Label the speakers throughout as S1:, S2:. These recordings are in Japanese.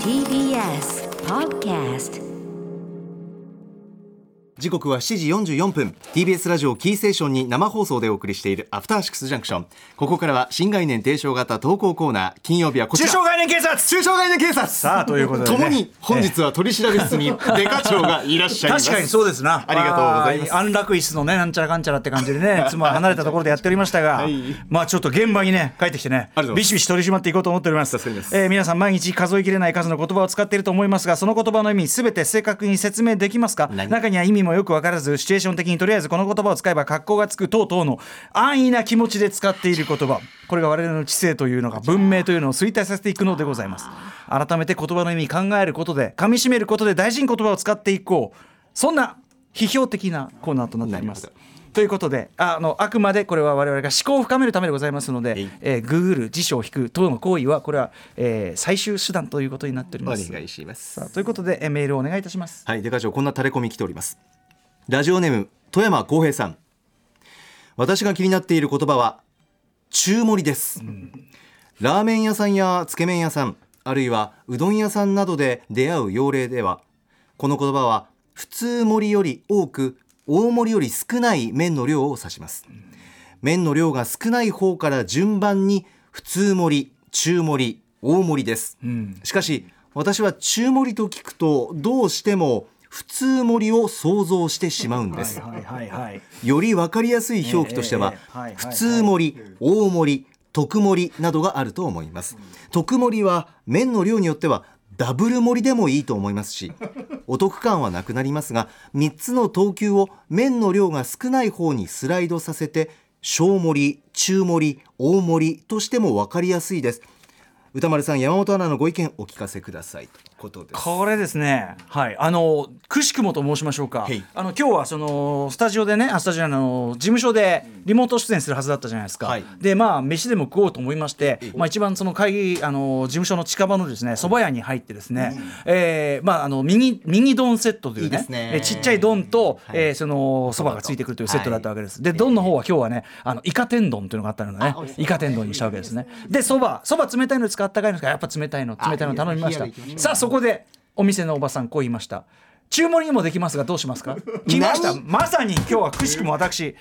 S1: TBS Podcast
S2: 時刻は7時44分 TBS ラジオキーステーションに生放送でお送りしているアフターシックスジャンクションここからは新概念提唱型投稿コーナー金曜日はこち
S3: 中
S2: ら
S3: 小概念警察
S2: 中小概念警察
S3: さあということでね
S2: もに本日は取り調べ室 にデカ長がいらっしゃいます
S3: 確かにそうですな
S2: ありがとうございます
S3: あー安楽椅子のねなんちゃらかんちゃらって感じで ね妻は離れたところでやっておりましたが、まあちょっと現場にね帰ってきてね
S2: ありがとうございます
S3: ビシビシ取り締まっていこうと思っております
S2: 助かります
S3: えー皆さん毎日数えきれない数の言葉を使っていると思いますがその言葉の意味すべて正確に説明できますか
S2: 何
S3: 中には意味もよくわからずシチュエーション的にとりあえずこの言葉を使えば格好がつく等々の安易な気持ちで使っている言葉これが我々の知性というのが文明というのを衰退させていくのでございます改めて言葉の意味考えることで噛み締めることで大事に言葉を使っていこうそんな批評的なコーナーとなっております
S2: なる
S3: ということでああのあくまでこれは我々が思考を深めるためでございますの
S2: え
S3: で
S2: い、
S3: えー、Google 辞書を引く等の行為はこれは、えー最終手段ということになっており
S2: お
S3: ます。
S2: 願いします
S3: さあということで、えーメールをお願いいたします。
S2: はい、デカ長こんなタレコミ来ております。ラジオネーム富山光平さん。私が気になっている言葉は中盛りです。ラーメン屋さんやつけ麺屋さん、あるいはうどん屋さんなどで出会う要例では、この言葉は普通盛りより多く、大盛りより少ない麺の量を指します。麺の量が少ない方から順番に普通盛り、中盛り、大盛りです。しかし私は中盛りと聞くとどうしても普通盛りを想像してしまうんです。
S3: はいはいはい。
S2: より分かりやすい表記としては
S3: ええええはいはいはい
S2: 普通盛り大盛り特盛りなどがあると思います特盛りは麺の量によってはダブル盛りでもいいと思います しお得感はなくなりますが3つの等級を麺の量が少ない方にスライドさせて小盛り中盛り大盛りとしても分かりやすいです歌丸さん山本アナのご意見お聞かせくださいということです
S3: これですね、はい、あのくしくもと申しましょうか
S2: はい、
S3: あの今日はそのスタジオでね、あスタジオじゃないあの事務所でリモート出演するはずだったじゃないですか、
S2: はい
S3: で、まあ、飯でも食おうと思いまして、まあ、一番その会議あの、事務所の近場のですね蕎麦屋に入って、ですね、えーまあ、あのミニミニ丼セットというね、
S2: いいですね
S3: えーちっちゃい丼と、
S2: はい
S3: えーその蕎麦がついてくるというセットだったわけです。で、丼の方は今日はね、あのイカ天丼というのがあったのでね
S2: あ美味し、そう
S3: イカ天丼にしたわけですね。で、蕎麦蕎麦冷たいのですか、あったかいのですか、やっぱ冷たいの、冷たいの頼みまし
S2: あ
S3: た
S2: いいですね冷やでいきましょ。う
S3: さあ、そこでお店のおばさんこう言いました注文にもできますがどうしま すか来ました
S2: 何
S3: まさに今日はくしくも私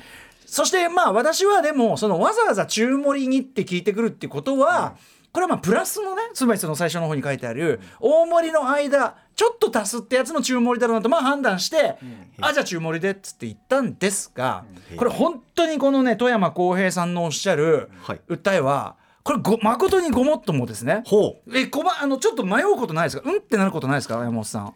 S3: そしてまあ私はでもそのわざわざ中盛りにって聞いてくるってことは、これはまあプラスのねつまりその最初の方に書いてある大盛りの間ちょっと足すってやつの中盛りだろうなとまあ判断して、あじゃあ中盛りでっつって言ったんですが、これ本当にこのね富山浩平さんのおっしゃる
S2: はい
S3: 訴えは、これご誠にごもっともですね。
S2: ほう
S3: えこまあのちょっと迷うことないですかうんってなることないですか山本さん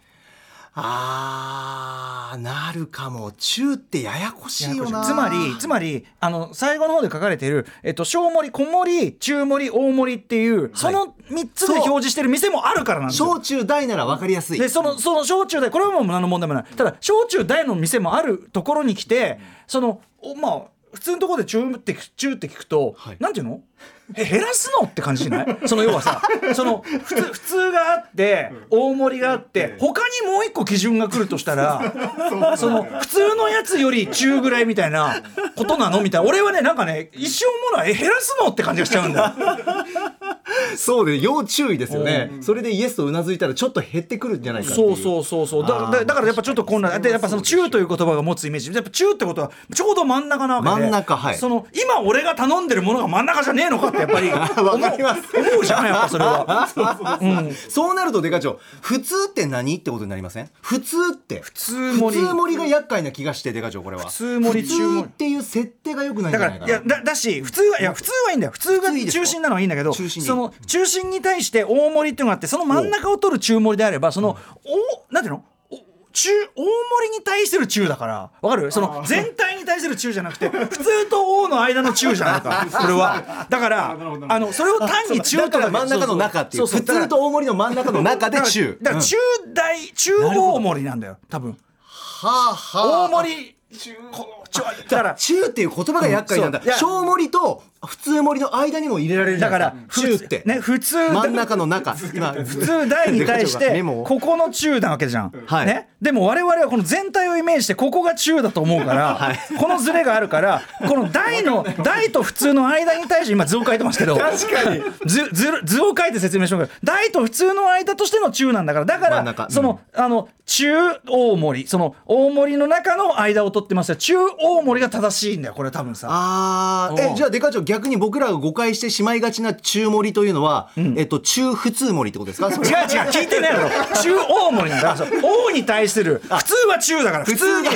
S2: あーなるかも中ってややこしいよな
S3: つまりつまりあの最後の方で書かれている、えっと、小盛り小盛り中盛り大盛りっていう、その3つで表示してる店もあるからなんですよ
S2: 小中大なら分かりやすい
S3: でそのその小中大これはもう何の問題もないただ小中大の店もあるところに来て、そのおまあ普通のところで中って中って聞くと、
S2: はい
S3: なんていうのえ減らすのって感じしないその要はさその普通普通があって大盛りがあって他にもう一個基準が来るとしたらその普通のやつより中ぐらいみたいなことなのみたいな俺はねなんかね一生ものはえ減らすのって感じがしちゃうんだよ。
S2: そうで要注意ですよね、それでイエスとうなずいたらちょっと減ってくるんじゃないかってい
S3: そううそうそうそうだ
S2: あー
S3: だだからやっぱちょっと混乱でやっぱその中という言葉が持つイメージやっぱ中ってことはちょうど真ん中なわけで
S2: 真ん中はい
S3: その今俺が頼んでるものが真ん中じゃねえのかってやっぱり
S2: わかります
S3: 思う思うじゃないやっぱそれはうん
S2: そうなるとデカ長普通って何ってことになりません普通って普
S3: 通盛り
S2: 普通盛りが厄介な気がしてデカ長これは普
S3: 通盛り中
S2: 普
S3: 盛り
S2: 通っていう設定が良くないん
S3: だ
S2: じ
S3: か
S2: ゃない
S3: ら
S2: か
S3: い
S2: な
S3: やだだし普通はいや普通はいいんだよ普通が
S2: 普通いいですか
S3: 中心なのはいいんだけど
S2: 中心でいい
S3: その中心に対して大盛りっていうのがあってその真ん中を取る中盛りであればそのおなんていうのお中大盛りに対する中だからわかるその全体に対する中じゃなくて普通と大の間の中じゃな いかこれはだからあのそれを単に中
S2: だ
S3: と
S2: から真ん中の中っていう
S3: そうそう
S2: 普通と大盛りの真ん中の中で中
S3: だから
S2: うん
S3: 中大中大盛りなんだよ多分
S2: はあはあ
S3: 大盛りこちょだから
S2: 中っていう言葉が厄介なんだ
S3: うんそういや
S2: 小盛りと普通盛りの間にも入れられるじゃ
S3: だ
S2: な
S3: か
S2: い
S3: ら
S2: です中って
S3: ね普通
S2: 真ん中の中今
S3: 普通台に対して
S2: メモを
S3: ここの中なわけじゃん、
S2: はい
S3: ね、でも我々はこの全体をイメージしてここが中だと思う から、このズレがあるからこの台の台と普通の間に対して今図を書いてますけど
S4: 確か に
S3: 図図図を書いて説明しようけど台と普通の間としての中なんだからだか
S2: 真ん中
S3: ら
S2: うん
S3: その,、あの中大盛りその大盛りの中の間を取ってました中大盛りが正しいんだよこれ多分さ。
S2: あ
S3: う
S2: ー
S3: ん
S2: えじゃあデカ長逆に僕らが誤解してしまいがちな中盛りというのは、えっと中普通盛りってことですかそれ
S3: 違う違う聞いてないだろ中大盛りなんだそう王に対する普通は中だから普通に普通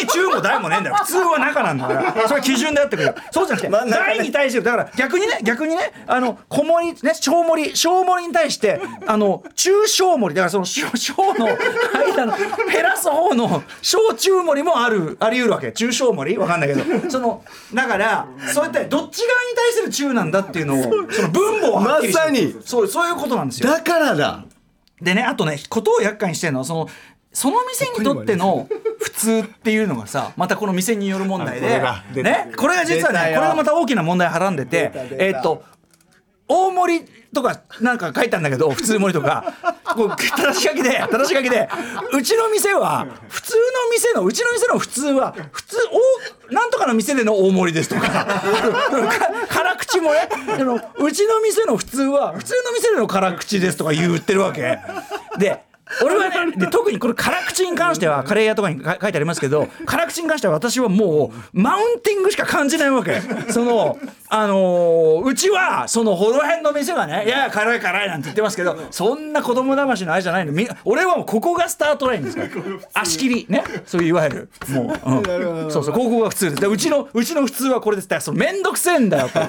S3: に中も大もねえんだよ普通は中なんだからそれは基準であってくれよそうじゃなくて大に対してだから逆にね逆にねあの小盛りね小盛り小盛りに対してあの中小盛りだからその小小の間の減らす方の小中盛りもあるあり得るわけ中小盛りわかんないけどそのだからそうやってどっち側に対する中なんだっていうのをその分母をはっきりして
S2: まさに
S3: そうそういうことなんですよ
S2: だからだ
S3: でねあとねことを厄介にしてるのはそのその店にとっての普通っていうのがさまたこの店による問題
S2: これ
S3: で
S2: が出た
S3: ね、これが実は
S2: 出た
S3: ね
S2: よ
S3: これがまた大きな問題はらんでて
S4: 出た出た
S3: えーっと大盛りとかなんか書いたんだけど普通盛りとかこう正し書きで正し書きでうちの店は普通の店のうちの店の普通は普通おなんとかの店での大盛りですとか か辛口もねあのうちの店の普通は普通の店での辛口ですとか言ってるわけで俺はねで特にこれ辛口に関してはカレー屋とかにか書いてありますけ ど辛口に関しては私はもうマウンティングしか感じないわけそのあのーうちはそのこの辺の店はねいやいや辛い辛いなんて言ってますけどそんな子供魂のあれじゃないのみんな俺はもうこ こがスタートラインですから足切りねそういういわゆるも う、うん、そうそうここが普通ですでうちのうちの普通はこれですだからその面倒くせえんだよと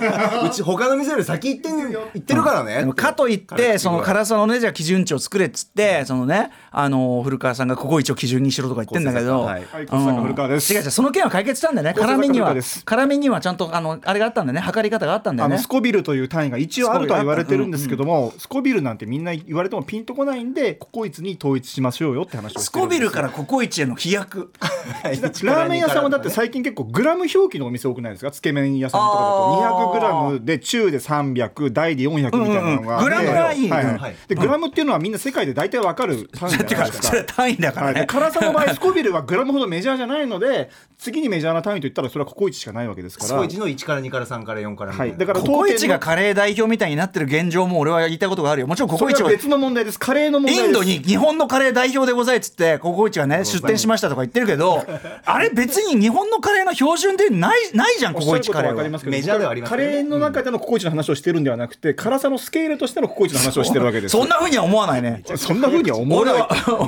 S2: うち他の店より先行ってん行ってるからね、
S3: でもかといってその辛さのねじゃあ基準値を作れっつってそのねあの古川さんがここ一応基準にしろとか言ってんだけど、
S2: はい
S4: は
S3: う
S4: い
S3: ん
S4: 小坂古川です
S3: 違う違うその件は解決したんだよね
S4: 小坂
S3: 辛みに
S4: 古
S3: は
S4: 川です
S3: 辛みにはちゃんとあのあれがあったんだよね測り方があったんだ
S4: あ
S3: よ
S4: の
S3: ね
S4: スコビルという単位が一応あるとは言われてるんですけども、スコビルなんてみんな言われてもピンとこないんでココイチに統一しましょうよって話を
S3: ス
S4: してる
S3: コ
S4: んで
S3: ビ
S4: す
S3: ルからココイチへの飛躍
S4: ラーメン屋さんはだって最近結構グラム表記のお店多くないですかつけ麺屋さんとかだと200グラムで中で300大で400みたいなのがあっ
S3: うんうんうん
S4: て、
S3: グラムがいいね
S4: は
S2: はい
S4: でグラムっていうのはみんな世界で大体わかる単 位じゃない
S3: て
S4: で
S3: か
S4: す
S3: そ
S4: か
S3: れは単位だから
S4: はい、で
S3: ね
S4: 辛さの場合スコビルはグラムほどメジャーじゃないので次にメジャーな単位といったらそれはココイチしかないわけですから
S2: スコイチの1から2から3から4からみた
S4: はいい、
S2: な
S4: だから
S3: ココイチが
S4: 当店
S3: カ
S4: の
S3: レー代表みたいになってる現状も俺は言いたいことがあるよもちろんコ
S4: そ
S3: コイ
S4: れ
S3: チ
S4: は
S3: は
S4: 別の問題ですカレーの問題です
S3: インドに日本のカレー代表でございっつってココイチがね出店しましたとか言ってるけどあれ別に日本のカレーの標準でないないじゃんココイチカレー
S4: わかりま
S3: は。
S4: すけど
S2: メジャーではあります
S4: カ
S2: よね
S4: レーの中でのココイチの話をしてるんではなくて、辛さのスケールとしてのココイチの話をしてるわけです
S3: そんなふうには思わないね。
S4: そんな風には思わない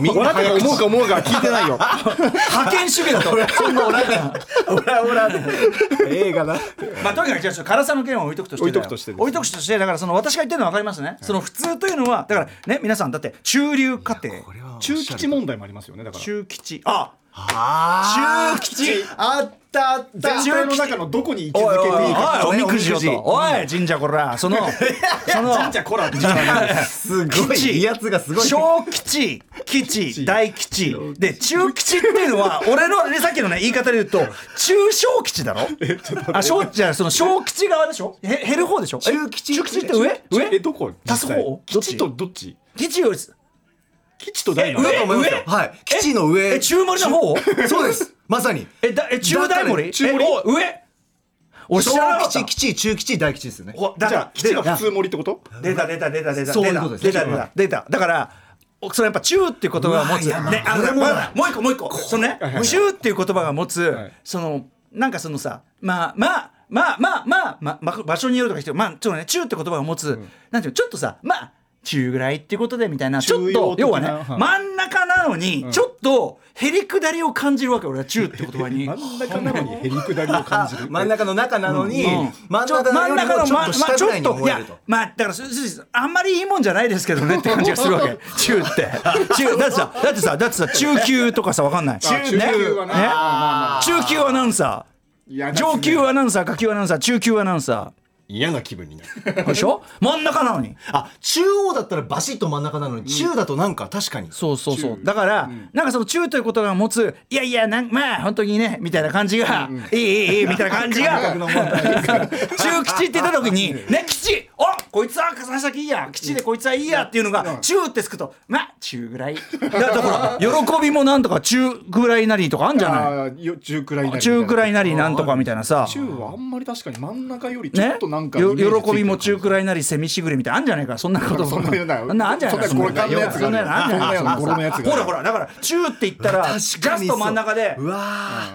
S2: みんな
S4: 笑ってか思うか思うかは聞いてないよ
S3: 覇権主義 だと。そんな俺は
S2: オラオラで映画だ
S3: まあとにかくじゃあちょっと辛さの件は置いとくとしてだよ
S4: 置いとくとしてです
S3: 置いとくとしてだからその私が言ってるのは分かりますね。その普通というのはだからね皆さんだって中流家庭
S4: 中吉問題もありますよねだから
S3: 中吉あ
S2: あ
S3: 中吉
S2: あったあった
S4: 全体の中のどこに位置
S3: おい
S4: づ
S3: おい
S4: け
S3: お
S4: てい
S3: い
S4: いか
S3: おいおみくじを
S2: おみくじ
S3: とおい神社こらそのその
S4: 神社こら
S2: すご
S3: 吉
S2: い威圧がすごい
S3: 小吉吉大吉で中吉っていうのは俺のねさっきのね言い方で言うと中小吉だろあ小じゃあその小吉側でしょへ減る方でしょえ
S2: 中吉
S3: 中吉って上
S4: え
S3: 上
S4: どこ
S3: 足す方
S4: 実際吉とどっち
S3: 吉よりす
S4: 吉と大の
S3: え
S2: だと思いますよ
S3: 上
S2: はい基地の上
S3: え中盛りの方
S2: そうですまさに
S3: えだえ中大盛り
S4: 中盛り
S3: えお上お知らなか
S2: 小
S3: った
S2: 吉基地中吉大吉ですよね
S3: おだ
S4: じゃあ吉が普通盛りってこと
S3: 出た出た出た出た
S2: そうい
S3: 出
S2: う
S3: た
S2: ことです
S3: 出た出た出ただからおそれやっぱ中っていう言葉が持つ
S2: うわいや
S3: ねあ
S2: これ
S3: の
S2: も
S3: まだもう一個もう一個そのね
S4: い
S3: 中っていう言葉が持つ
S4: い
S3: そのなんかそのさまあまあまあまあまあまあまあ場所によるとかしてまあちょっとね中って言葉が持つなんていうのちょっとさまあ中ぐらいっていうことでみたいなちょっ
S4: 中庸
S3: と
S4: 的な
S3: 要はね
S4: はい
S3: 真ん中なのにちょっとへりくだりを感じるわけ俺は中って言葉に。
S4: 真ん中なのにへりくだりを感じる
S2: 真ん中の中なのに
S3: うん
S2: 真ん
S3: ちょ
S2: 中
S3: 真
S2: よ
S3: ん
S2: り
S3: 中
S2: も
S3: の
S2: ちょっ
S3: ま
S2: と
S3: ま
S2: 下
S3: ち
S2: ぐ
S3: ょ
S2: らい
S3: っ
S2: に
S3: とい
S2: 思え
S3: や
S2: ると
S3: まあだからすすあんまりいいもんじゃないですけどね って感じがするわけ中って中だってさだってさだってさ中級とかさわかんない
S4: 中級
S3: ね
S4: はな
S3: ね
S4: まあまあまあ
S3: 中級アナウンサー
S4: いや
S3: 上級アナウンサー下級アナウンサー中級アナウンサー
S5: 嫌な気分になる
S3: でしょ真ん中なのに
S2: あ中央だったらバシッと真ん中なのに中だとなんか確かに
S3: そうそうそうだから、なんかその中ということが持ついやいやなんまあ本当にねみたいな感じが、いいいいいいみたいな感じが中吉って言った時にね吉おこいつは笠崎いいや吉でこいつはいいやっていうのが中ってつくとまあ中ぐらいだからほら喜びもなんとか中ぐらいなりとかあんじゃない
S4: あーよ中くらいなりみたいな
S3: 中くらいなりなんとかみたいなさ
S4: 中はあんまり確かに真ん中よりちょ
S3: ね
S4: っとなん、かイメー
S3: よ
S4: ジついてる、
S3: 喜びも中くらいなりせみしぐれみたいなあんじゃないかそんなこと
S4: そんなような
S3: そんなあんじゃないか
S4: そんなこれ勘のやつが
S3: そんなようなあんじゃないか
S4: そんなような語呂のやつが
S3: ほらほらだから中って言ったらジャスト真ん中で
S2: うわ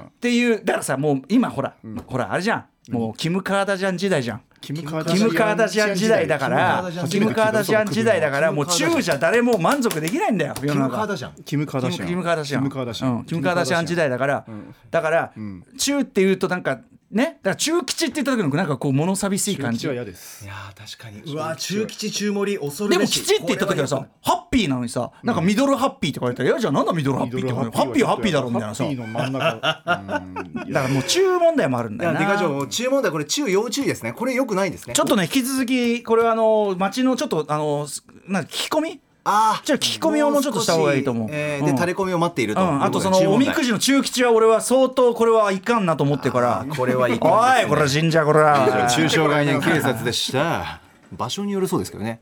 S3: っていうだからさもう今ほら、ほらあれじゃんもうキム・カーダジャン時代じゃん。
S4: キム・カー
S3: キム・カーダシアン時代だからキム・カーダシアン時代だからもう中じゃ誰も満足できないんだよ世
S2: ーキ
S3: の
S2: ム・カー
S3: 中
S2: ダシャン
S4: キム・カーダシャン
S3: キム・カーダシアン
S4: キム・カーダシャン、
S3: うんキムカーダシアン時代だからだから中っていうとなんかねだから中吉って言った時のなんかこう物寂しい感じ
S4: は嫌です
S2: いやー確かにうわー中吉中森恐る
S3: でも
S2: べ
S3: 吉って言った時はさ
S2: これ
S3: ハッピーなのにさなんかミドルハッピーとか言われたら「いやじゃあなんだミドルハッピー」って言われてハッピーはハッピーだろみたいなさ
S4: ハッピーの真ん 中うん
S3: だからもう中問題もあるんだ
S2: いや
S3: よ
S2: デ
S3: な
S2: カジョー中問題これ中要注意ですねこれ良くないですね
S3: ちょっとね引き続きこれはあの町のちょっとあのすなんか聞き込み
S2: あー
S3: ちょっと聞き込みをもうちょっとした方がいいと思う
S2: もう少しえー
S3: う
S2: で
S3: ん
S2: 垂れ込みを待っている
S3: う
S2: と
S3: ん、あとそのおみくじの中吉は俺は相当これはいかんなと思ってから
S2: これはいかん
S3: お
S2: で
S3: い
S2: すね
S3: これ神社これは
S2: 中小概念警察でした場所によるそうですけどね